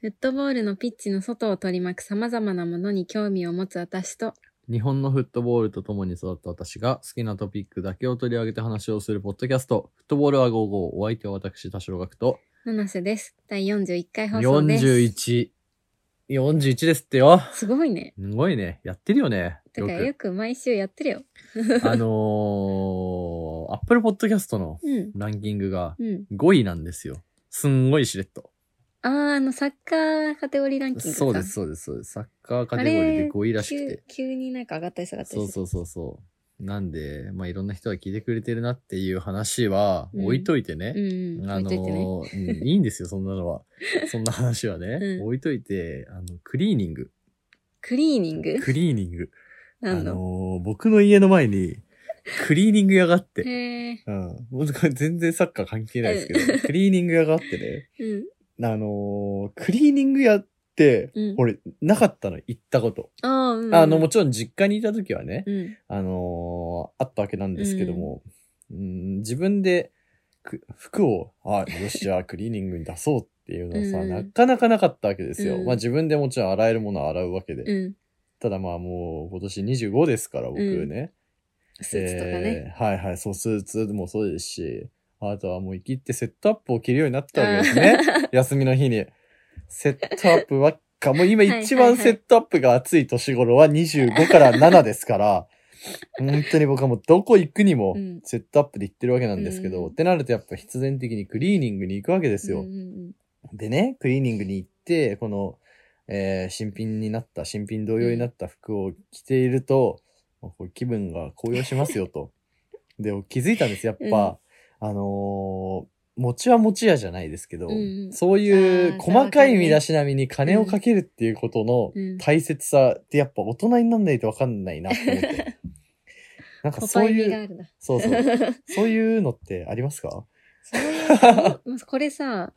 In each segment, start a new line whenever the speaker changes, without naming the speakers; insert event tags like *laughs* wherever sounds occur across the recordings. フットボールのピッチの外を取り巻く様々なものに興味を持つ私と、
日本のフットボールと共に育った私が好きなトピックだけを取り上げて話をするポッドキャスト、フットボールは55、お相手は私、田代学と、
七瀬です。第41回放送です。
41。41ですってよ。
すごいね。
すごいね。やってるよね。
だ
よ
からよ
く。
く毎週やってるよ。
あのー、Apple Podcast の
うん。
ランキングが
うん。
5位なんですよ。すんごいしれっと。
あー、あの、サッカーカテゴリーランキングか。
そうです、。そうです、そうです。サッカーカテゴリーで5位らしくて
急。急になんか上がったり下がった
そ
り
う
する。
そうそうそう。なんで、まあ、いろんな人が聞いてくれてるなっていう話は
うん
置いといてね。
うんうん。
あ
置い
の
といてね。
ーうんいいんですよ、そんな
*laughs*
のは。そんな話はね、
うん
置いといて、あの、クリーニング。
クリーニング
クリーニング。あ
なんの
のー僕の家の前に、クリーニング屋があって、
へえ。
うん。もうこれ全然サッカー関係ないですけど、クリーニング屋があってね、
うん。
あのークリーニング屋って、
うん。
俺、なかったの、行ったこと。
ああ、うん。
あの、もちろん実家にいた時はね、
うん。
あのーあったわけなんですけども、うん、自分でく服を、あ、よし、じゃあクリーニングに出そうっていうのはさ、
うん
なかなかなかったわけですよ。
うん
まあ自分でもちろん洗えるものは洗うわけで。
うん。
ただまあもう今年25ですから、僕ね。
スーツとかね。
えーはいはい、そう、スーツもそうですし、あとはもう生きってセットアップを着るようになったわけですね。
*laughs*
休みの日に。セットアップばっか。もう今一
はい
番
はいはい
セットアップが熱い年頃は25から7ですから、本当に僕はもうどこ行くにも
うん
セットアップで行ってるわけなんですけど、
うん
ってなるとやっぱ必然的にクリーニングに行くわけですよ。
うんうん
でね、クリーニングに行って、この、えー新品になった、新品同様になった服を着ていると、もうこう気分が高揚しますよ
*laughs*
と。で、気づいたんです、やっぱ、あのー餅は餅屋じゃないですけど、
うんうん
そうい
あ
う
ー
細かい身だしなみに金をかけるっていうこと
う
の
ん
大切さってやっぱ大人になんないとわかんないなって
*laughs*
思って。
う
なん
ん。
か
ポ
そ
パ
う
イ
い
味があ
う、
るな。
そうそう、そういうのってありますか
そういうもう *laughs* これさ、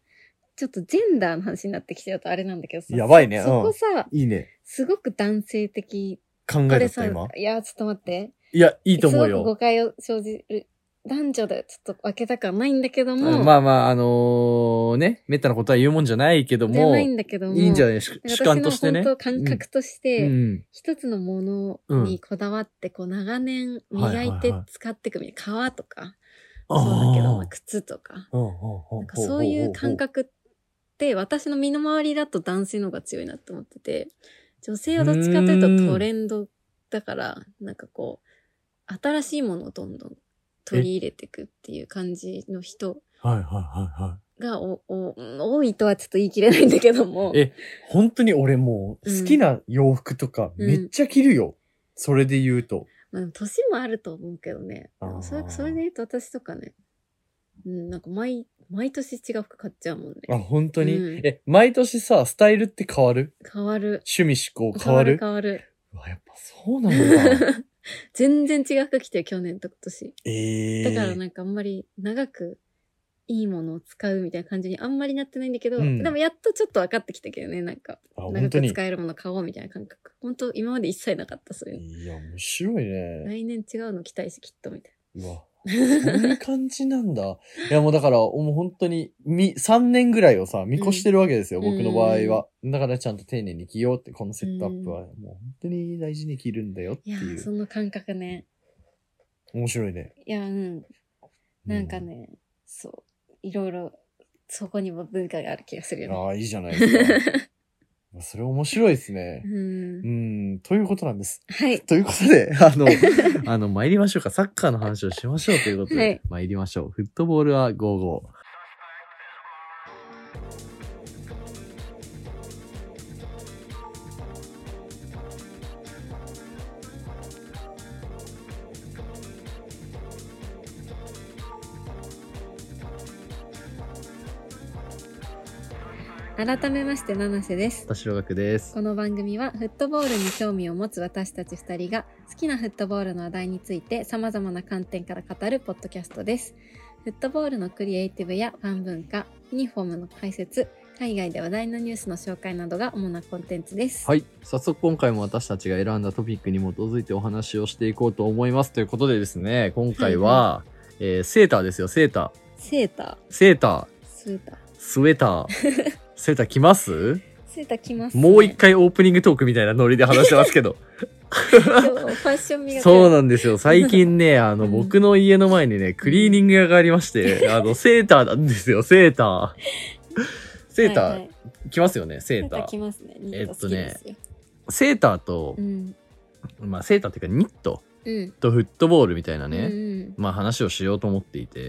ちょっとジェンダーの話になってきちゃうとあれなんだけどさ。
やばいねうん
そこさ、
いいね。
すごく男性的。
考
こ
えだ
れ
った
さ、
今。
いや、ちょっと待って。
いや、いいと
す
思う
ごく
よ
誤。解を生じる。男女でちょっと分けたくはないんだけども。
まあまあ、あのーね、めったなことは言うもんじゃないけど
じゃ
も、
ない
い
んだけども。
いんじゃ
ない
ない主主観としてね。
私の本当感覚とし
うんう
て、
ん
一つのものにこだわって、こう長年磨い
はいはい
て
はい
使っていくみたいな。革とか、
あー
そうだけど、まあ靴とか。
うんうんうん
なんかそういう感覚って私の身の回りだと男性の方が強いなって思ってて、女性はどっちかというとトレンドだから、なんかこう、新しいものをどんどん取り入れていくっていう感じの人
はいはいはいは
がおお多いとはちょっと言い切れないんだけども。
えい。本当に俺もう
うん
好きな洋服とかめっちゃ着るよ。それで言うと。
まあ、でも年もあると思うけどね。でもそれ
あー
それで言うと私とかね、うん、なんか毎、毎年違う服買っちゃうもんね。
あ、本当に、
うん
え、毎年さ、スタイルって変わる
変わる。
趣味思考変わる
変わる。
うわ、やっぱそうなんだ。
*laughs* 全然違う服着てる、去年と今年。
ええ
だからなんかあんまり長くいいものを使うみたいな感じにあんまりなってないんだけど、
うん
でもやっとちょっと分かってきたけどね、なんか。
あ、
長
本当
く
に。
使えるもの買おうみたいな感覚。本当今まで一切なかった、そういうの。
いや、面白いね。
来年違うの期待してきっとみたいう
わ。 *laughs* そういう感じなんだ。いやもうだから、もう本当に、み、3年ぐらいをさ、見越してるわけですよ、
うん
僕の場合は。だからちゃんと丁寧に着ようって、このセットアップは、もう本当に大事に着るんだよって
な。いやー、
いう。
その感覚ね。
面白いね。
いや、うん。なんか
う。
ね、そう。いろいろ、そこにも文化がある気がするよね。
ああ、いいじゃないで
*laughs*
すか。それ面白いですね
う。ん
う。ん、ということなんです。
はい。
ということで、あ
*laughs*
の、あの、参りましょうか。サッカーの話をしましょうということで、
はい
参りましょう。フットボールは55。
改めまして、七瀬です。
田代学です。
この番組はフットボールに興味を持つ私たち2人が好きなフットボールの話題について様々な観点から語るポッドキャストです。フットボールのクリエイティブやファン文化、ユニフォームの解説、海外で話題のニュースの紹介などが主なコンテンツです。
はい。早速今回も私たちが選んだトピックに基づいてお話をしていこうと思います。ということでですね、今回は、えーセーターですよ、セーター。
セーター、
セーター、
スーター、 *laughs*
スウェーター。セーター着ます
セーター着ます、
もう一。回オープニングトークみたいなノリで話してます
*laughs*
けど。
今日ファッション磨き。
そうなんですよ。最近ね、
*laughs*
あの、
うん
僕の家の前にね、クリーニング屋がありまし
*laughs*
て、あの、セーターなんですよ、セーター。セーター、
はいはい
着ますよね、セ
セ
ー
ー
タ
タ
ー。
ー着ますね。ニット好きですよ。
セーターと
う、ん。
まあ、セーターっていうか、ニット
うん。
とフットボールみたいな
う
ね、
ん
まあ、話をしようと思っていて、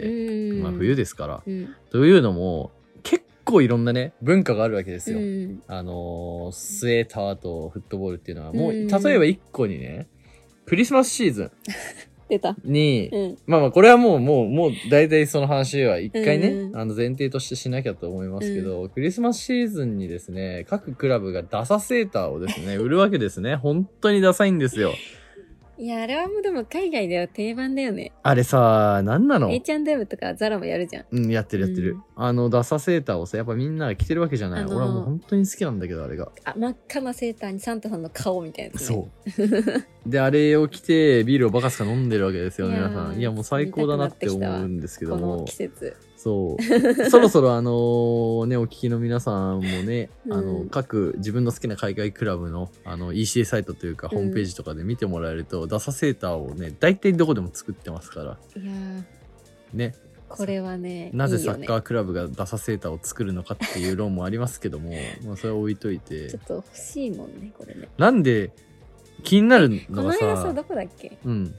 うん。
まあ、冬
で。
ですから。
うん。
というのも、結構いろんなね、文化があるわけですよ。
うん。
あのースウェーターとフットボールっていうのは、もう、
うん
例えば1個にね、クリスマスシーズ
出た。
ンに
う、ん。
まあまあ、これはもう、もう、もう、大体その話は一回ね、
うん
あの、前提としてしなきゃと思いますけど、クリスマスシーズンにですね、各クラブがダサセーターをですね、売るわけですね。本当にダサいんですよ。
いや、あれはもうでも海外では定番だよね。
あれさ、何なの
H&M とかザラもやるじゃん。
うん、やってるやってる。
うん
あの、ダサセーターをさ、やっぱみんなが着てるわけじゃない。
あのー
俺はもう本当に好きなんだけど、あれが。
あ、真っ赤なセーターにサンタさんの顔みたいなやつね。
そう。で、あれを着て、ビールをバカすか飲んでるわけですよ、
いやー
皆さん。いや、もう最高だなって思うんですけど
この
も
季。節。 *laughs*
そう。そろそろあのーね、お聞きの皆さんもね、
うん
あの、各自分の好きな海外クラブの、あの、ECA サイトというか、
うん
ホームページとかで見てもらえると、ダサセーターをね、大体どこでも作ってますから、
いやー
ね、
これはね、
なぜサ
い
ッ
い
カ
よ
ークラブがダサセーターを作るのかっていう論もありますけ
*laughs*
ども、まあ、それは置いとい
ね、ちょ
て
っ、と欲しいもんね、これね。
なんで、気になる
こ
の
の
が
間さ、
さ、
どこだっけ
うん、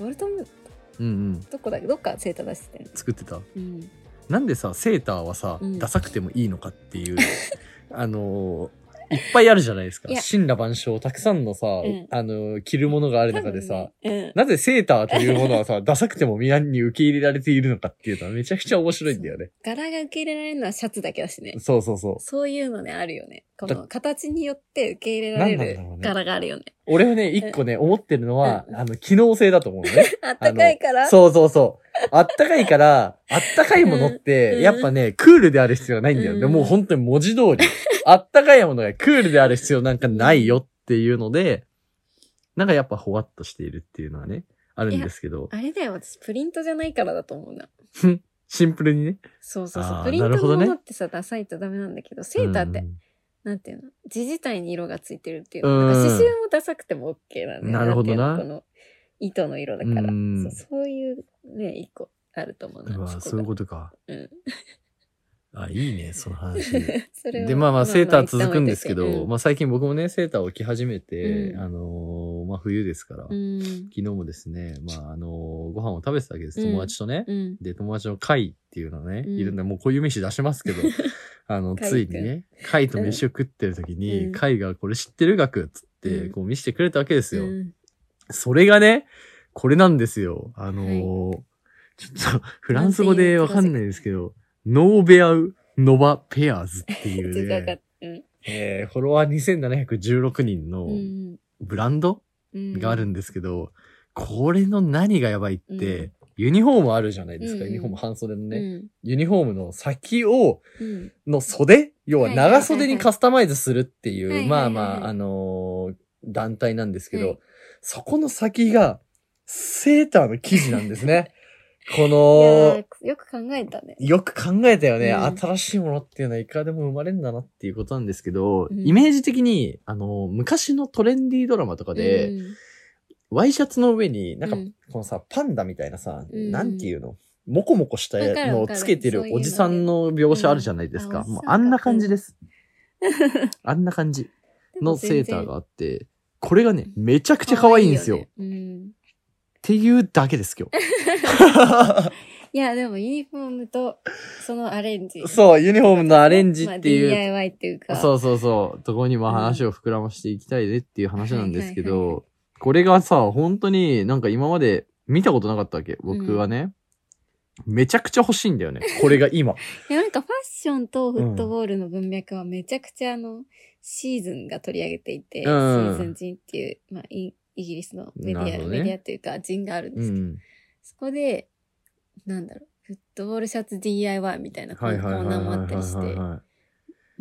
ボルトム、
うんうん、
どこだっけどっかセーター出してたよね。
作ってた。
うん。
なんでさセーターはさ、
うん
ダサくてもいいのかっ
*laughs*
ていうあのーいっぱいあるじゃないですか
いや
神羅万象たくさんのさ、
ん
あのー着るものがある中でさ、
多分ね、うん。
なぜセーターというものはさ *laughs* ダサくても皆に受け入れられているのかっていうのはめちゃくちゃ面白いんだよね
柄が受け入れられるのはシャツだけだしね。
そうそうそう
そういうのね、あるよね。この
だ
形によって受け入れられ
なんなん
る
だろうね
柄があるよね。
俺はね一個ね思ってるのは、あの機能性だと思うのね
あったかいから。
そうそうそうあったか
*laughs*
いからあったかいものっ
う
て
ん
やっぱねクールである必要はないんだよね、
うん
もう本当に文字通りあったかいものがクールである必要なんかないよっていうのでなんかやっぱほわっとしているっていうのはねあるんですけど
あれだよ、私、プリントじゃないからだと思うな。
シンプルにね
そうそうそ
あ
う。
ー
プリントの
なるほど
も
ね
のってさ、ダサいとダメなんだけど、セーターって、なんていうの字自体に色がついてるっていうの。
う
な
ん
んか刺繍もダサくても OK なんだよ
なるほどなん
ていうのこの糸の色だから。
うん
そうそういうね、一個あると思う
うん
な。
うわ
そこが
そういうことか
うん。
あいいねその話
*laughs* それは
でまあまあセーター続くんですけ
まあまあ
ど、
一旦置いといて
まあ、最近僕もねセーターを着始めて、
うん
あのーまあ冬ですから、
うん。
昨日もですね、まあ、あのーご飯を食べてたわけです、
うん
友達とね。
うん。
で、友達の会っていうのね、
うん
いるんで、もうこういう飯出しま
*laughs*
すけど、あの、
海
ついにね、会と飯を食ってる時
うん
に、会がこれ知ってる学っつって、
うん
こう見せてくれたわけですよ。
うん
それがね、これなんですよ。あのーちょっと、フランス語でわかんないですけど、ノーベアウ・ノバ・ペアーズってい
*laughs* ちょっ
う
とわかっ
ね、
うん
えーフォロワー2716人の
うん
ブランド、
うん。
があるんですけど、これの何がやばいって、ユニフォームあるじゃないです
う
か、
んうん
ユニフォーム半袖のね、
うん
ユニフォームの先を、
うん
の袖要は
はいはいはいはい
長袖にカスタマイズするっていう、
はいはい
ま
は
あ
い
まあ、あのー団体なんですけど、
はい
そこの先が、セーターの生地なんで
*laughs*
すね。こ
いや
の、
ーよく考えたね。
よく考えたよね、
うん
新しいものっていうのはいかでも生まれるんだなっていうことなんですけど、
うん
イメージ的に、あのー昔のトレンディードラマとかで、ワイシャツの上に、なんか、
うん
このさ、パンダみたいなさ、
うん
なんていうのもこもこした
わかる
の
わ
を
かる
つけてる
そういうの
お
ね
じさんの描写あるじゃないですか。
うん
もう
あ
あ
おじさんか
んな感
*laughs*
じです。あんな感じのセーターがあって、これがね、めちゃく
め
ちゃ可愛いんですよ。っ
うん、
ていうだけです、今日。
いや、でもユニフォームとそのアレンジ。
*laughs* そう、ユニフォームのアレンジって
まあ
いう
DIY っていうか。
そうそうそう。ところにまあ話を膨らましていきたいねっていう話なんですけ
はいはいは
ど、これがさ、本当になんか今まで見たことなかったわけ。僕はね。めちゃくちゃ欲しいんだ
*laughs*
よね。これが今。
いやなんかファッションとフットボールの文脈はめちゃくちゃあの、シーズンが取り上げていて、シ
うん
ーズン人っていう、まあ、イイギリスのメデ
なる
ィ
ほ
ア、
どね
メディアというか人があるん
う
ですけど、 *laughs*
ん。
そこで、なんだろう、フットボールシャツ DIY みたいなコーナーもあったりし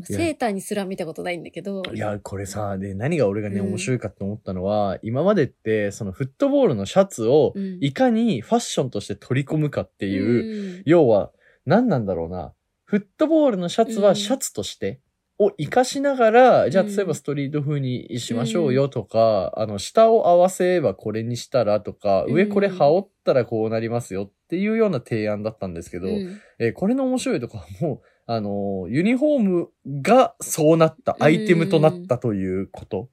て、セーターにすら見たことないんだけど、
いや、これさ、で、何が俺がね、
うん
面白いかと思ったのは、今までって、そのフットボールのシャツを
う、ん
いかにファッションとして取り込むかっていう、
うん
要は、何なんだろうな。フットボールのシャツ
うん
はシャツとして、を活かしながら、じゃあ
うん
例えばストリート風にしましょうよとか、あの、下を合わせばこれにしたらとか、上これ羽織ったらこうなりますよっていうような提案だったんですけど、
うん
えーこれの面白いとこはもう、あのーユニフォームがそうなった、アイテムとなったということ。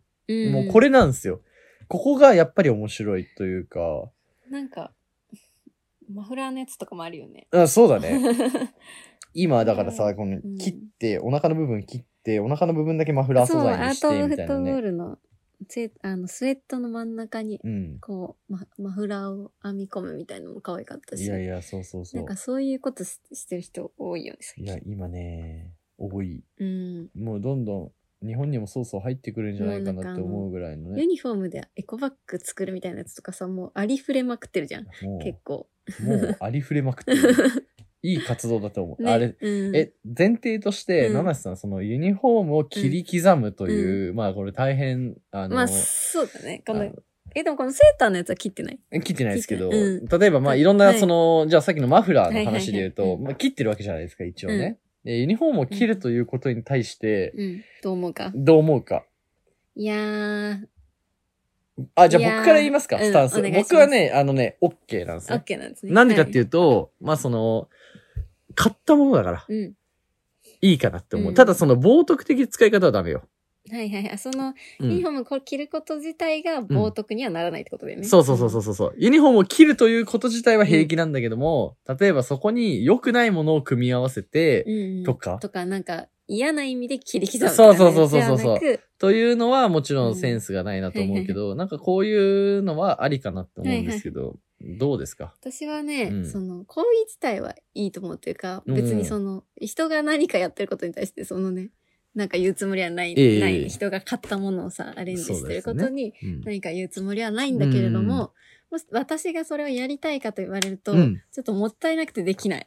もうこれなんですよ。ここがやっぱり面白いというか、
なんか、マフラーのやつとかもあるよね。
あそうだね。今だか
う
らさ、この
ん
切って、お腹の部分切って、お腹の部分だけマフラー
そ
素
う、ア
材に
ー
し
ト・オ
て、
ブ・フ
みた
ッ
いな
トボー
ね。
ルのつえあのスウェットの真ん中に、
うん。
こうマ、マフラーを編み込むみたいのも可愛かったし。
いやいや、そうそうそ
な。
うん
かそういうことししてる人多いよね、最
い
近
や、今ね、多い。
うん。
もうどんどん日本にもそうそう入ってくるんじゃないかなって思うぐらいの
ユ
ね。
ニフォームでエコバッグ作るみたいなやつとかさ、もうありふれまくってる *laughs* じゃん。
も
結構。
う、もうありふれまくってる。いい活動だと思う。
ね、
あれ、
うん、
え、前提として、
うん
七瀬さん、そのユニフォームを切り刻むという、まあこれ大変、あの、
まあ、そうだね。こ
あ
の
の、
え、でもこのセーターのやつは切ってない
切ってないですけど、
切って
例えばまあ
はい
いろんなその、じゃあさっきのマフラーの話で言うと、
はいはいはい
まあ、切ってるわけじゃないですか、一応ね。でユニフォームを切るということに対して、
うん。どう思うか。
どう思うか。
いやー、
あ、じゃあ
いやー
僕から言いますか、
うん
スタンス。
お願いします
僕はね、あのね、OK なんですね。
OK なんですね。
なんでかっていううと、まあその、買ったものだから、
と、うん。
いいかなって思う。
うん
ただその冒涜的使い方はダメよ。
はいはいはい。あその、
うん
ユニフォームこれ着ること自体が冒涜にはならないってことだよね。
そうそうそうそうそう。ユニフォームを着るということ自体は平気なんだけども、例えばそこに良くないものを組み合わせて、
うんうん
とか
とか、なんか、嫌な意味で切り刻む、
そうそうそうそうそうそう
ではなく
というのはもちろんセンスがないなと思うけど、なんかこういうのはありかなって思うんですけど、どうですか
私はね、
うん
その、行為自体はいいと思うというか、別にその、人が何かやってることに対して、そのね、なんか言うつもりはない、
ええ
ない人が買ったものをさ、アレンジしてることに、
うん
何か言うつもりはないんだけれども、もし私がそれをやりたいかと言われると、
うん。
ちょっともったいなくてできない。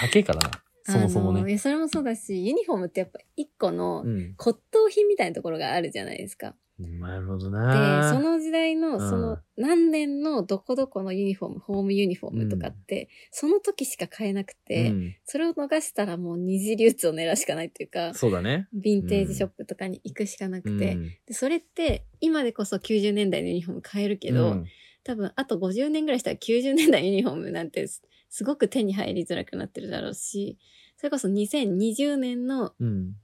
高いからな。そもそも
*laughs* あの
ね。
いやそれもそうだし、ユニフォームってやっぱ一個の
うん。
骨董品みたいなところがあるじゃないですか。
なるほど
で、
な。
その時代
う
の、
ん
その何年のどこどこのユニフォーム、ホームユニフォームとかって、その時しか買えなくて、
うん
それを逃したらもう二次流通を狙うしかないっていうか、
そうだね。
ヴィンテージショップとかに行くしかなくて、
うん
でそれって今でこそ90年代のユニフォーム買えるけど、
うん
多分あと50年ぐらいしたら90年代のユニフォームなんてすすごく手に入りづらくなってるだろうし、それこそ2020年の
うん。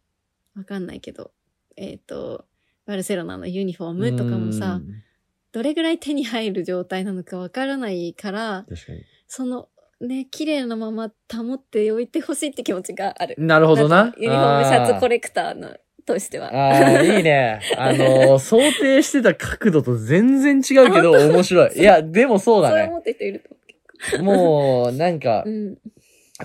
わかんないけど、えっ、と、バルセロナのユニフォームとかもさ、
うん
どれぐらい手に入る状態なのかわからないから、
確かに。
そのね、綺麗なまま保っておいてほしいって気持ちがある。
なるほど
ん
な
か。ユニフォームシャツコ
れ。
レクターのとしては。
ああ、い
*laughs*
いね。あの、想定してた角度と全然違うけど面白い。いや、でもそうだ
そう
ね。
思ってる人いると思うけ
もう、なんか
ど。う、ん。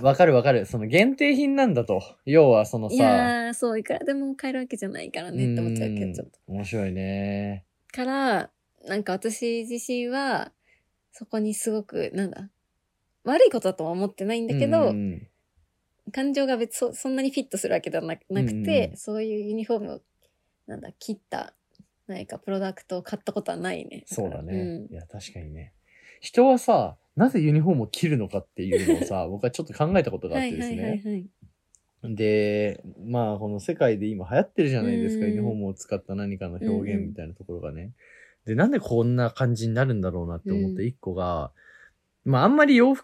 わかるわかる。その限定品なんだと。要はその
い
さ、
やー、そう、いくらでも買えるわけじゃないから
う
ねって思っちゃうけど、
ん
ちょっと。
面白いね。
から、なんか私自身は、そこにすごく、なんだ、悪いことだとは思ってないんだけど、
うん
感情が別そそんなにフィットするわけではなくなく
うん
て、
うん
そういうユニフォームをなんだ切った何かプロダクトを買ったことはないね
そうだね。
うん
いや、確かにね。人はさ、なぜユニフォームを着るのかっていうのを
*laughs*
さ、僕はちょっと考えたことがあっ
は
て
い
で
は
す
いはい
ね。
はい
で、まあ、この世界で今流行ってるじゃないですか。
うん
ユニフォームを使った何かの表現みたいなところがね。で、なんでこんな感じになるんだろうなって思っ
う
て、
ん
一個が、まあ、あんまり洋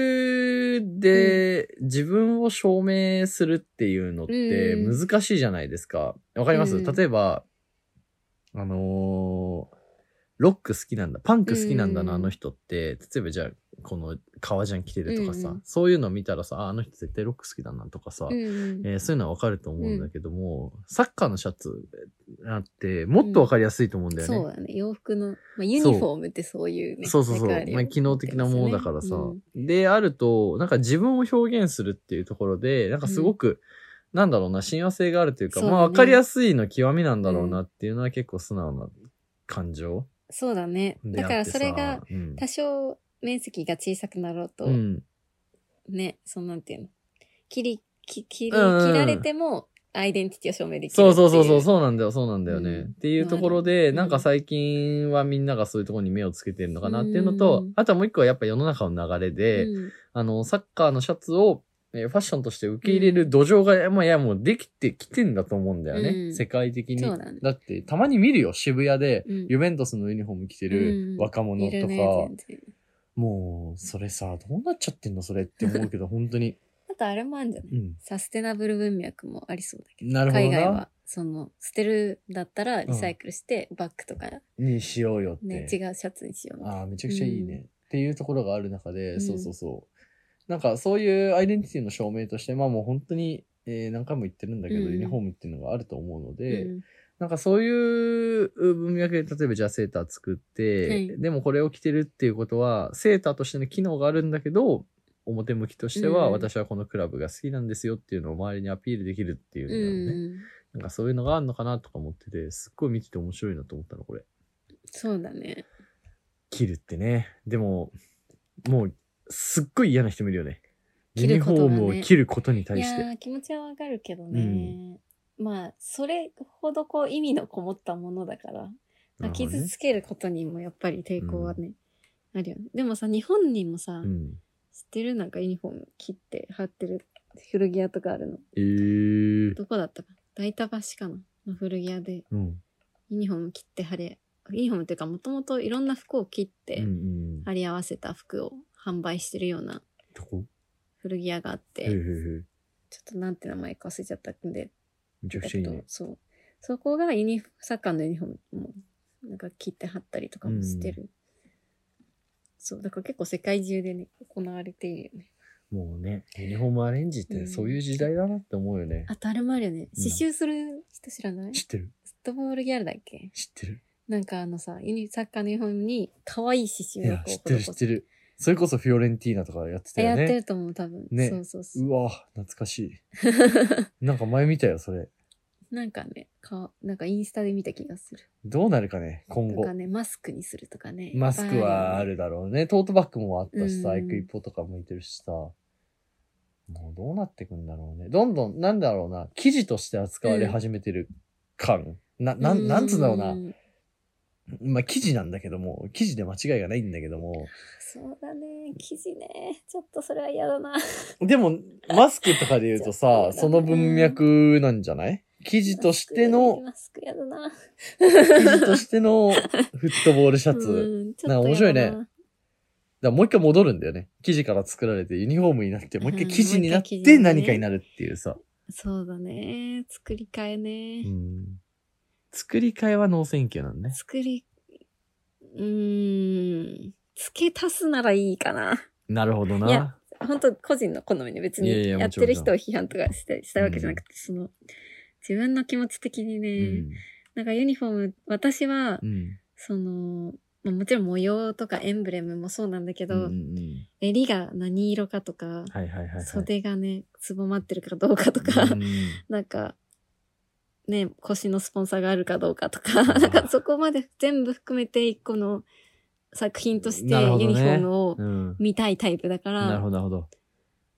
服で自分を証明するっていうのって
う
難しいじゃないですか。わかります、
うん
例えば、あのーロック好きなんだ、パンク好きなんだな、
うん
あの人って、例えばじゃあ、この革ジャン着てるとかさ、
うん
そういうの見たらさ、ああの人絶対ロック好きだなとかさ、
うんうん
えーそういうのはわかると思うんだけども、サッカーのシャツあって、もっとわかりやすいと思うんだよね。
そうだね洋服の、まあ、ユニフォームってそういうね
そうそうそう。
役割を
まあ、機能的なものだからさ。
うん
で、あると、なんか自分を表現するっていうところで、なんかすごく、なんだろうな、親和性があるというか、
そうだね
まあ、わかりやすいの極みなんだろうなっていうのは結構素直な感情
そうだね
で
だ
あっ
から
て
そ
さ
れが、
うん
多少面積が小さくなろうと、
うん。
ねそのなんていうの切りき切り切
うんうん
られてもアイデンティティを証明できるってい
そうそうそうそう、そうなんだよ、そうなんだよね。
うん
っていうところで、
うん
なんか最近はみんながそういうところに目をつけてるのかなっていうのと、
うん
あとはもう一個はやっぱ世の中の流れで、
うん
あの、サッカーのシャツを、
ねファッションとして受け入れる土壌が、まあいやもうできてきてんだと思うんだよね。
うん
世界的に。
そうだね
って、たまに見るよ、渋谷で、
うん
ユベントスのユニフォーム着て
う
る
ん
若者
い
とか
る、ね、全然。
もう、それさ、どうなっちゃってんのそれって思うけど、本当に。
あとあれもあるんじゃない
うん。
サステナブル文脈もありそうだけ
な
ど。
るほ
海
ど
外
な
は。、その、捨てるだったらリサイクルして、バッグとか
にしようよって。
ね、違うシャツにしようみたいな
ああ、めちゃくちゃいいね。っていうところがある中で、
うん
そうそうそう。なんかそういうアイデンティティの証明として、まあもう本当に、えー何回も言ってるんだけど、
うん
ユニフォームっていうのがあると思うので、
うん
なんかそういう文脈で、例えばじゃあセーター作って、
はい
でもこれを着てるっていうことは、セーターとしての機能があるんだけど、表向きとしては、
うん
私はこのクラブが好きなんですよっていうのを周りにアピールできるっていう
う
のがね、
ん。
なんかそういうのがあるのかなとか思ってて、すっごい見てて面白いなと思ったの、これ。
そうだね。
切るってね。でも、もう、すっごい嫌な人もいるよね。
切
ユ
る
ニ
こ
フ
とが
ォー
ね
ムを切ることに
い
対
や
して。
ー、気持ちはわかるけどね。まあ、それほどこう意味のこもったものだから、まあ
なるほどね
傷つけることにもやっぱり抵抗はね、あるよね。でもさ、日本にもさ、
うん。
知ってるなんかユニフォーム切って貼ってる古着屋とかあるの。
えー。
どこだったか大田橋かなの古着屋で
うん。
ユニフォーム切って貼れ、ユニフォームっていうかもともといろんな服を切っ
う
て
んうん。
貼り合わせた服を販売してるような
どこ
古着屋があっ
へーへー
て、
へー
ちょっとなんて名前か忘れちゃったんで、
めちゃくちゃいいね。
そう。そこがユニフサッカーのユニフォームもなんか切って貼ったりとかもしてる。そう、だから結構世界中でね、行われているよね。
もうね、ユニフォームアレンジっ
う
て
ん
そういう時代だなって思うよね。
あとあれもあるよね。
うん
刺繍する人知らない、
知ってる
フットボールギャルだっけ
知ってる
なんかあのさ、ユニサッカーのユニフォームに可愛い
い
刺繍が
や
こ、う
知ってる知ってる。それこそフィオレンティーナとかやってた
や
よ
って
ね。
ると思う、多分。
ね
そうそうそう。
うわ懐かし
*laughs*
い。なんか前見たよ、それ。
なんかね、か、なんかインスタで見た気がする。
どうなるかね、今
と
後
か。ね、マスクにするとかね。
マスクはあ
いっ
るだろうね。トートバッグもあったしさ、
うん
エクイポとかもいてるしさ、もうどうなってくんだろうね。どんどん、なんだろうな、記事として扱われ始めてる感。な、
ぱい
な
あるよね。
ん、なんつうんだろうな。
ん
まあ、記事なんだけども、記事で間違いがないんだけども、
そうだね、生地ね。ちょっとそれは嫌だな。
でも、マスクとかで言うと
そうだ
さ、
ね
その文脈なんじゃない記事としての、
マスクやだな。
記事として
*laughs*
のフットボールシャツ。
うん、ち
なんか面白いね
やだな
だからもう一回戻るんだよね。生地から作られてユニフォームになって、もう一
う
回
ん
生地になっ
もう一回生地
て
にね
何かになるっていうさ。
そうだね。作り替えね。
うん作り替えは脳選挙なんね。
作り、うーん。付け足すならいいかな。
なるほど
いや。本当個人の好みで別
いやい
に
や
や
も
っ
ち
て
ろん
る人を批判とかしたしたいわけじゃなくて、その、自分の気持ち的にね、
うん。
なんかユニフォーム、私は、
うん。
その、まあもちろん模様とかエンブレムもそうなんだけ
う
ど、
んうん。
襟が何色かとか、
はいはいはいはい。
袖がね、つぼまってるかどうかとか、
うん
なんか、ね、腰のスポンサーがあるかどうかとか、なんかそこまで全部含めて一個の作品として
なるほどね
ユニフォームを
うん。
見たいタイプだから、
なるほどなるほど。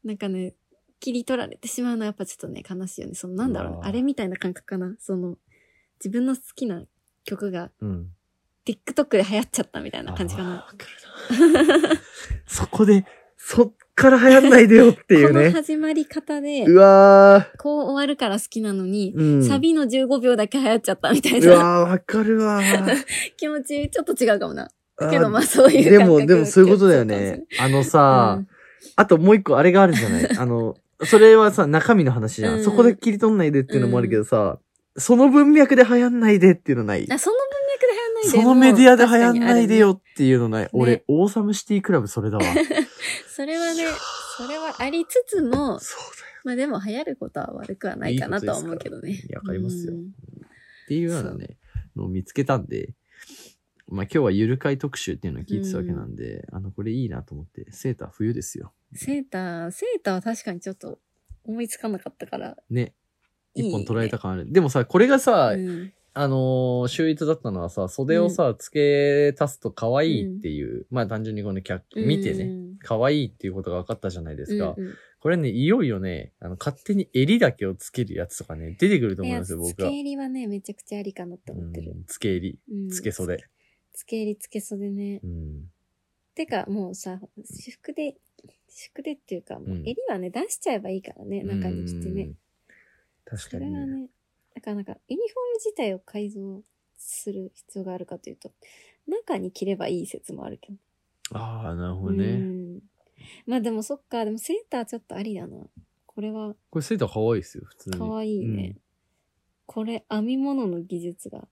なんかね、切り取られてしまうのはやっぱちょっとね、悲しいよね。そのなんだろう
う
な
わ
あれみたいな感覚かな。その、自分の好きな曲が
うん。
TikTok で流行っちゃったみたいな感じかな。
あー。わかるなそこで、そっから流行んないでよっていう
この
ね。
始まり方で
う、わ
こう終わるから好きなのに
ー。、うん。
サビの15秒だけ流行っちゃったみたいうな
わー、わかるわー。
*laughs* 気持ち、ちょっと違うかもな。
あ
*laughs*
ー
けどまあそういう
で
感
も、
覚
でもそういうことだよね。あのさ、あともう一個あれがあるじ
*laughs*
ゃない。あの、それはさ、中身の話じゃん。
うん
そこで切り取んないでっていうのもあるけどさ、その文脈で流行んないでっていうのない。
あその文脈で流行んない
そのメ
で
ディアで流行んないで。よっていうのない。
ね
俺、オーサムシティクラブそ
*laughs*
れだわ。そう
も確かにあるねそれはね、それはありつつも、
だ
まあでも流行ることは悪くはないかなとは思うけどね。
いいことですからいやわかりますよ
うん
よ。っていうようなね、のを見つけたんで、まあ今日はゆるかい特集っていうのを聞いてたわけなんで、あの、これいいなと思って、セーター冬ですよ。
セーター、セーターは確かにちょっと思いつかなかったから。
ね。
いいね
一本取られた感ある。でもさ、これがさ、
うん
あのー秀逸だったのはさ、袖をさ、付け足すと可愛いっていう、まあ単純にこの客、見て
う
ね、
ん
可愛いっていうことが分かったじゃないですか。
うんうん
これね、いよいよね、あの、勝手に襟だけをつけるやつとかね、出てくると
い
思い
や、
ますよ、
つ
僕
け
は。
襟はね、めちゃくちゃありかなって
う
思ってる。
ん、つけ襟、
うん
つけ袖。。
つけ襟、つけ袖ね
う。ん。
てか、もうさ、私服で、縮でっていうか、もううん襟はね、出しちゃえばいいからね、中に着て
う
ね。
ん。確
そ
か
れ
に
が
ね。
ね、だからなんか、ユニフォーム自体を改造する必要があるかというと、中に着ればいい説もあるけど。
ああ、なるほ
う
どね。
ん。まあでもそっか、でもセーターちょっとありだな。これは
これセーター可愛いですよ、普通に。
かわいいね。これ、編み物の技術が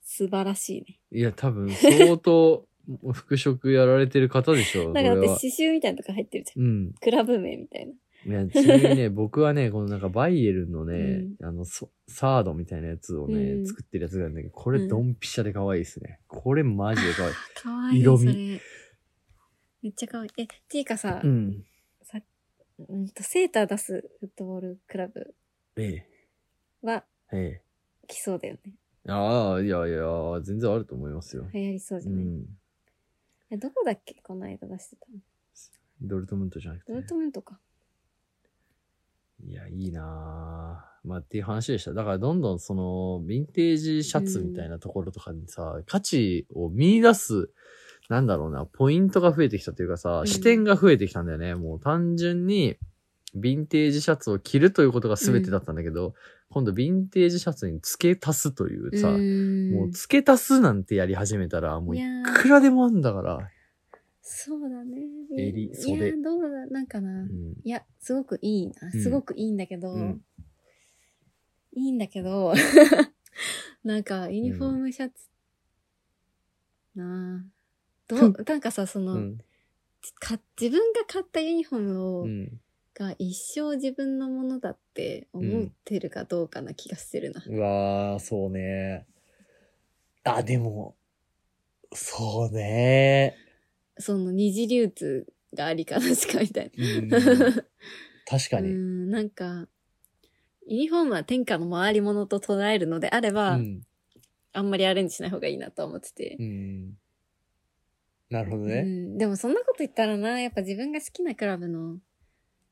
素晴らしいね。
いや、多分、相当、服飾やられてる方でしょう、こ
*laughs* なんか
れ
だって
は。
刺繍みたいなのとか入ってるじゃん。
うん。
クラブ名みたいな。
いや、ちなみにね、 *laughs* 僕はね、このなんかバイエルンのね、あの、そサードみたいなやつをね、
うん
作ってるやつがあるんだけど、これドンピシャで可愛いですね。これマジで可愛い。
かわいい、
色
そ
味
れ。めっちゃかわいい。え、ていうかさ、
*laughs* うん。
さうんと、セーター出すフットボールクラブ
ええ、
は
え
来そうだよね。
え。ああ、いやいや、全然あると思いますよ。
流行りそうじ
う
ゃない、
ん。
えどこだっけこの間出してたの。
ドルトムントじゃなくて、
ド
ね
ル。トムントか。
いや、いいなぁ。まあ、っていう話でした。だから、どんどんその、ヴィンテージシャツみたいなところとかにさ、価値を見出す、なんだろうな、ポイントが増えてきたというかさ
う、ん
視点が増えてきたんだよね。もう単純に、ヴィンテージシャツを着るということが全てだったんだけど、今度ヴィンテージシャツに付け足すというさ、
ん
もう付け足すなんてやり始めたら、もうい
やー
くらでもあんだから、
そうだね。
襟袖
いや、どうだ、なんかな。
うん、
いや、すごくいいな。
うん
すごくいいんだけど、
うん
いいんだけど、 *laughs* なんか、ユニフォームシャツ、なあどう、なんかさ、その、
うん、
か自分が買ったユニフォームを、
うん、
が一生自分のものだって思ってるかどうかな気がしてるな。
うわー、そうね。あ、でも、そうね。
その二次流通がありかなしかみたい *laughs*
うん
な。
確か
う
に。
ん、なんか、ユニフォームは天下の回り物と捉えるのであれば、
うん。
あんまりアレンジしない方がいいなと思ってて
う。ん。なるほど
う
ね。
ん、でもそんなこと言ったらな、やっぱ自分が好きなクラブの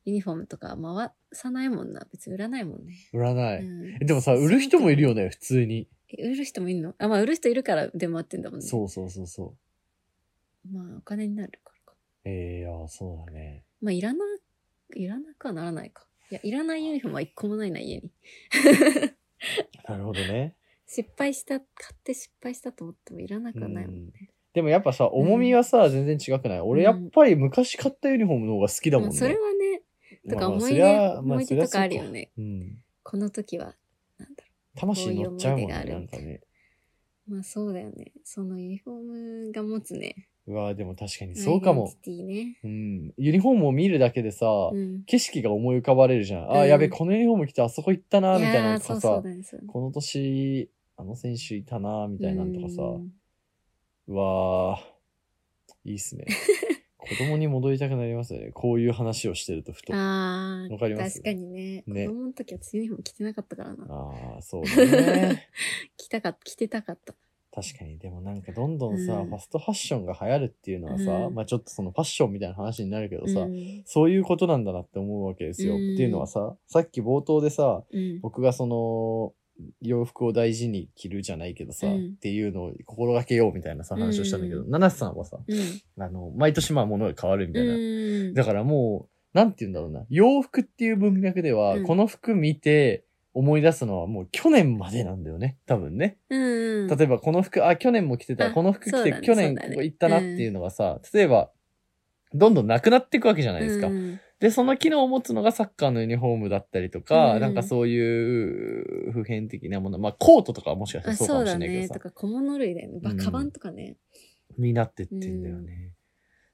ユニフォームとか回さないもんな。別に売らないもんね。
売らな
う
い。
ん
でもさ、売る人もいるよね、普通に。
え売る人もいるのあ、まあ売る人いるから出回ってんだもんね。
そうそうそうそ
まあお金になるからか。
う。ええ、いや、そうだね。
まあ、いらな、いらなくはならないか。いや、いらないユニフォームは一個もないな、家に。
なるほどね。
失敗した、買って失敗したと思ってもいらなくはないもんね。
でもやっぱさ、
ん
重みはさ、全然違くない。俺やっぱり昔買ったユニフォームの方が好きだもん
まあ
ね。
それはね、と
ま
か
あまあ
思
そ
い出、
りゃま
思い
そ
出
りゃ
とかあるよ
そう
ね。
うん。
この時は、なんだろ
魂乗っちゃうもん
こう
ね、
いう
な
思い出が
んか
ある
ね。
う。まあそうだよね。そのユニフォームが持つね。
うわでも確かにそうか
アイ
も
デン。ティティね。
うん。ユニフォームを見るだけでさ、
うん。
景色が思い浮かばれるじゃん。あ
う
あ、
ん
やべ、このユニフォーム着てあそこ行ったな、み
い
たいな
やー
のと
そ
か
うそう
さ、
だね。そうだね
この年、あの選手いたな、みたいなのとかさ、
うん
うわーいい
*laughs*
っすね。子供に戻りたくなりますよね。こういう話をしてるとふと。あ
あ
わかり
あ、
ます
確かにね。子
ね
供の時はユニフォーム着てなかったからな。
あー、そうだね。
*laughs* 着たかっ、着てたかった。
確かにでもなんかどんどんさ、
うん
ファストファッションが流行るっていうのはさ、
うん
まあちょっとそのファッションみたいな話になるけどさ、
うん
そういうことなんだなって思うわけですよ、
うん
っていうのはささっき冒頭でさ
うん。
僕がその洋服を大事に着るじゃないけどさ、
うん
っていうのを心がけようみたいなさ話をしたんだけど、
うん
七瀬さんはさ
うん。
あの毎年まあ物が変わるみたいな、
うん
だからもうなんて言うんだろうな洋服っていう文脈では、
うん
この服見て思い出すのはもう去年までなんだよね多分ね。
うんうん
例えばこの服、あ、去年も着て
あ
た、この服
そ
着
う
て、
だね
去年
そうだね
ここ行ったなっていうのがさ、例えば、どんどんなくなっていくわけじゃないですか。
うん
で、その機能を持つのがサッカーのユニフォームだったりとか、
うん
なんかそういう普遍的なもの、まあコートとかはもしかした
あ
らそう
そう
かもし
だ
れないけ
ね。
ど
と
さ、
か小物類だよね。ば
うん
カバンとかね。
になってってんだよね。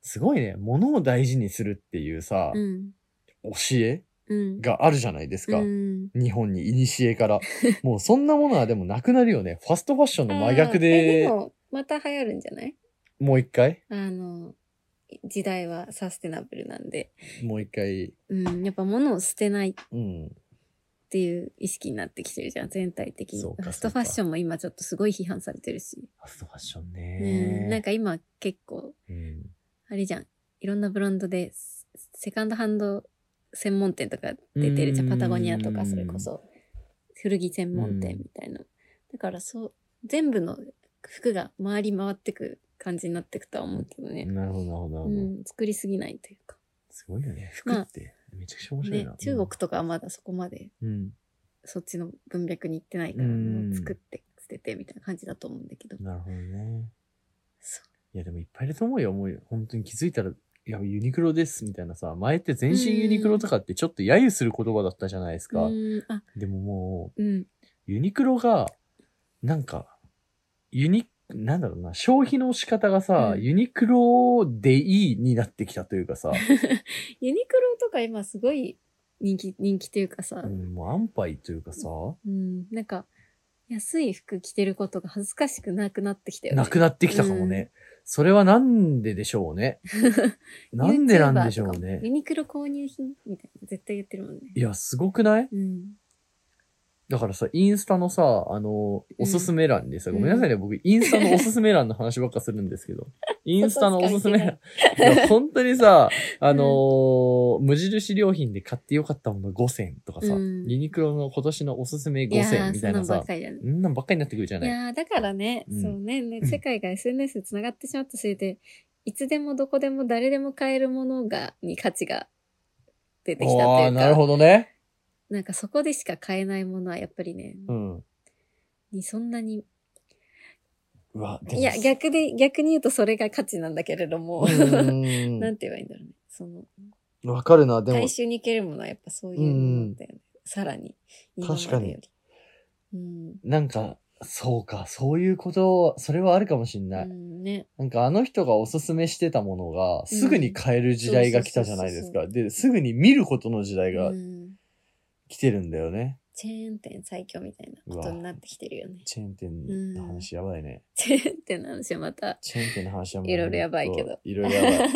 すごいね、物を大事にするっていうさ、
うん。
教え
うん。
があるじゃないですか。
うん
日本に
*laughs*
古から。もうそんなものはでもなくなるよね。ファストファッションの真
あ
逆
ーえ
で
で、も、また流行るんじゃない
もう一回
あの、時代はサステナブルなんで。
もう一回。
うん。やっぱ物を捨てないっ
うん。
ていう意識になってきてるじゃん。全体的に。
そうか
ファストファッションも今ちょっとすごい批判されてるし。
ファストファッション
うん。なん
ね。
か今結構、
うん
あれじゃん。いろんなブランドで、セセカンドハンド専門店とか出てるじゃん。
うん
パタゴニアとか、それこそ。古着専門店みたいな。だからそう、全部の服が回り回ってく感じになってくとは思うけどね。
なるほど、なるほど、なるほ
う
ど
ん、作りすぎないというか。
すごいよね。服って、めちゃくちゃ面白い
ね
な。、
中国とかはまだそこまで
うん。
そっちの文脈に行ってないから、
うん
もう作って捨ててみたいな感じだと思うんだけど。
なるほどね。
そう
いや、でもいっぱいいると思うよ。もう本当に気づいたら、いや、ユニクロです、みたいなさ、前って全身ユニクロとかってちょっと揶揄する言葉だったじゃないですか。
うん、あ、
でもも
うん。
う、ユニクロが、なんか、ユニ、なんだろうな、消費の仕方がさ、
うん
ユニクロでいいになってきたというか
*laughs*
さ、
ユニクロとか今すごい人気、人気というかさ
う、ん、もう安牌というかさ、
うん、なんか、安い服着てることが恥ずかしくなくなってきたよね。
なくなってきたかもね。それはなんででしょうね。
*laughs*
なんでなんでしょう
YouTuber とかもユ
ね。
ニクロ購入品みたいな、絶対言ってるもんね。
いや、すごくない
うん。
だからさ、インスタのさ、あの、
うん
おすすめ欄でさ、ごめんなさいね、
う
僕、インスタのおすすめ欄の話ばっかするんです
*laughs*
けど、インスタのおすすめ欄
そ。
いや本当にさ、あのー無印良品で買ってよかったもの5選とかさ、
うん
ユニクロの今年のおすすめ
いや
5選
ー、
み
そ
た
んな
いなん
ばっ
さ、
かりだね。
んなんばっかりになってくるじゃ
い
ない。
やーだからね、
うん
そう
*laughs*
ねね世界が SNS つながってしまったせいでいつでもどこでも誰でも買えるものがに価値が出てきたと
あ
い
あ、
う
なる
か
ほどね。
なんかそこでしか買えないものはやっぱりね、
うん。
にそんなに
うわ、でも
いや逆で逆に言うとそれが価値なんだけれども、
うん
*laughs* なんて言えばいいんだろうねその
わかるな、でも
大。衆に行けるものはやっぱそういうものだよね、さらに今までよりうん、
なんか、
そうか、そういうこと、それはあるかもしん
う
ない。
ん、ね
なんかあの人がおすすめしてたものが、すぐに買える時代が来たじゃないです
う
か。で、すぐに見ることの時代が
うん、
来てるんだよね。
チェーン店最強みたいなことになってきてるよね
チェーン店の話やばいね。
チェーン店の話はまた
チェーン店の話はもう
いろいろやばいけど。
いろいろやばい。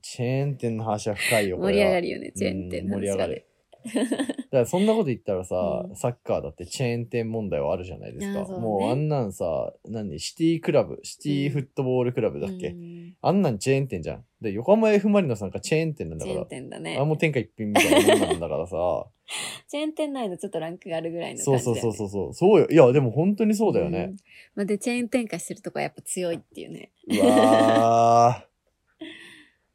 チェーン店の話は深いよ、こ
盛
れは
り上がるよ *laughs* ね、チェーン店の
うん盛り
話
上
が
が
ね
る。だからそんなこと言ったらさ、
うん
サッカーだってチェーン店問題はあるじゃないです
あ
か。
ーそうね
もうあんなんさ、何シティクラブ、シティフットボールクラブだっけ、
うん
あんなんチェーン店じゃん。で、横浜 F ・マリノさんがチェーン店なんだ
チ
か
ェーン
ら。
店だね
あ。もう天下一品みたいなもんなんだから
*laughs*
さ。
チェーン店内のちょっとランクがあるぐらいの
そ
感
う
じだ
そ
よ
う
ね。
そうそううそう。そうよ。いや、でも本当にそうだよね
ん。。まあ、で、チェーン展開してるとこはやっぱ強いっていうね。
うわー。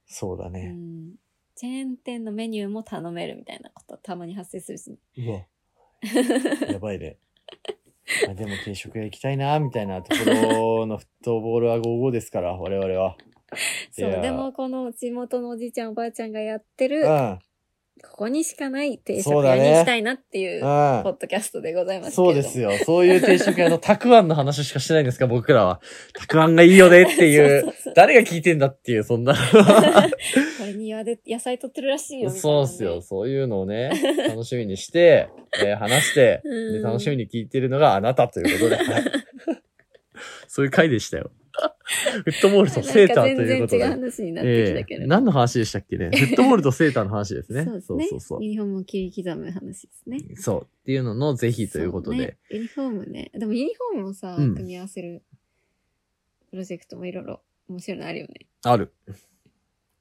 そうだ
う
ね。
んチェーン店のメニューも頼めるみたいなことたまに発生するし、
う
*laughs*
わ。やばいね。あでも定食屋行きたいな、みたいなところのフットボールは55ですから、我々は。い
*laughs* そう
やー
でもこの地元のおじいちゃんおばあちゃんがやってる
う
ここにしかない定
そ
食
うだ
屋に
ね。
行きたいなっていうん
う
ポ
ん。
ッドキャストでございますけれ
そ
ど
う
も
です
よ
よ。そういう定食屋のたくあんの話しかしてないんですか、僕らは。たくあんがいいよねって
*laughs*
いう。誰が聞いてんだっていう、そんな。
これ庭で野菜取ってるらしいよみたいな
そう
ね
っすよ。そういうのをね、
*laughs*
楽しみにして、えー話して、
う
で、
ん
楽しみに聞いてるのがあなたということで。はい *laughs* そういう回でしたよ。フットボールとセーターということ
なんか全然違う
で。
話になってき
え
たけ
え
ど。
何の話でしたっけねフットボールとセーターの話です
*laughs*
ね。
そうですね。
そうそう
ユニフォームを切り刻む話ですね。
そう。そう。っていうののぜひということ
そ
で
ね。。ユニフォームね。でもユニフォームをさ、
うん
組み合わせるプロジェクトもいろいろ面白いのあるよね。
ある。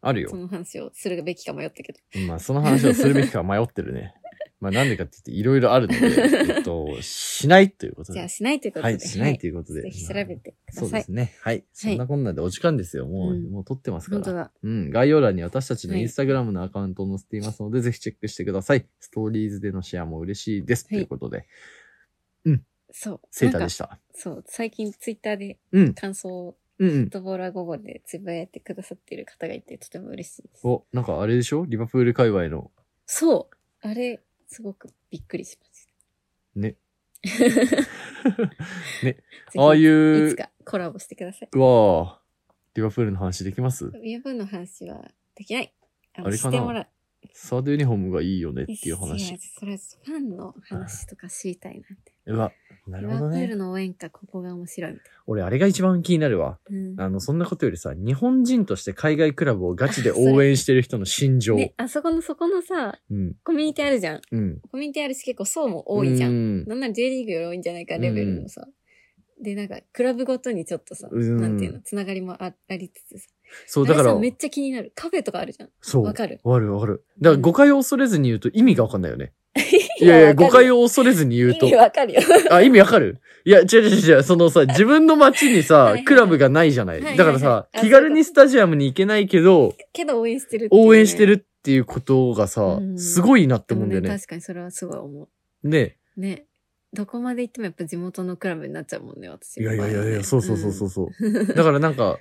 あるよ
そ。の話をするべきか迷ったけど。
まあ、その話をするべきか迷ってる
*laughs*
ね。まあ、なんでかって言って、いろいろあるので、えっと、しないというこ
*laughs*
と
じゃあ
で。
しないということ
は
で。
い、しないということで。
ぜひ調べてくだ
そう
さ
で
い。
すね。はい。そんなこんなでお時間ですよ。もう、
うん
もう撮ってますか
本当
ら。
だ。
うん。概要欄に私たちの
はい
インスタグラムのアカウントを載せていますので、ぜひチェックしてください。ストーリーズでのシェアも嬉しいです。
はい
ということで、
そう。
セーターで
た。
した。
そう。最近ツイッターで
うん。
感想を、
うんう
フッ
ん。
トボールは午後でつぶやいてくださっている方がいて、とても嬉しいです。
お、なんかあれでしょリバプール界隈の。
そう。あれ、すごくびっくりしまし
ね。
た。ぜひ
ああい
いうつ、かコラボしてください。
うわぁ、リバプールの話できます
ウィブの話はできない。あの
あれかな
してもらう。
サードユニフォームがいいよねっていう
いや
話。
それはファンの話とか知りたいなって。
うわ、な
リ
る
バ
ほ
プ
ど
ール
ね。
の応援歌、ここが面白いみたい
俺、あれが一番気になるわ。
な。
あの、そんなことよりさ、日本人として海外クラブをガチで応援してる人の心
う
情。
*laughs* ん。で、あそこの、そこのさ、
うん、
コミュニティあるじゃん。
うん。
コミュニティあるし、結構層も多いじゃ。
うんん。
なんなら J リーグより多いんじゃないか、レベルのさ。で、なんか、クラブごとにちょっとさ、
うん
なんていうの、つながりもあありつつさ。
そう、だから
あれさ、めっちゃ気になる。カフェとかあるじゃん。
そう。
わ
わか
かる。
るわかる。だから誤解を恐れずに言うと意味がわかんない
*laughs*
よね。い
い
やいや、
わかる
誤解を恐れずに言うと
意味。わかるよ。 *laughs*
あ、意味わかるいや、違う違う違う、そのさ、自分の街に
はい
さ
はい、
クラブがないじゃな
はいはいはい
い。だからさ
あ、
気軽にスタジアムに行けないけど、
けど応援してるっていうね
応援してるっっていうことがさ、
うん
すごいなって
でも
思うんだ
ね
よね。
確かにそれはすごい思
ね。
う。ね。どこまで行ってもやっぱ地元のクラブになっちゃうもんね、私
い
の
やい
場合は
や
ね。
いやいや、そうそうそうそううんそう。だからなんか、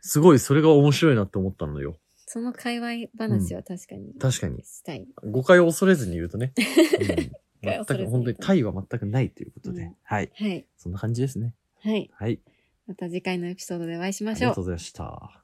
すごいそれが面白いなって思ったのよ。
その界隈話は確かに。
確かに。
したい。
誤解を恐れずに言うとね。うん
誤解を
全
恐れずに
く本当にタイは全くないということで、
うん
はい。
はい。
そんな感じですね。
はい。
はい。
また次回のエピソードでお会いし
あ
ま
り
しょ
が
う
とう。ございました。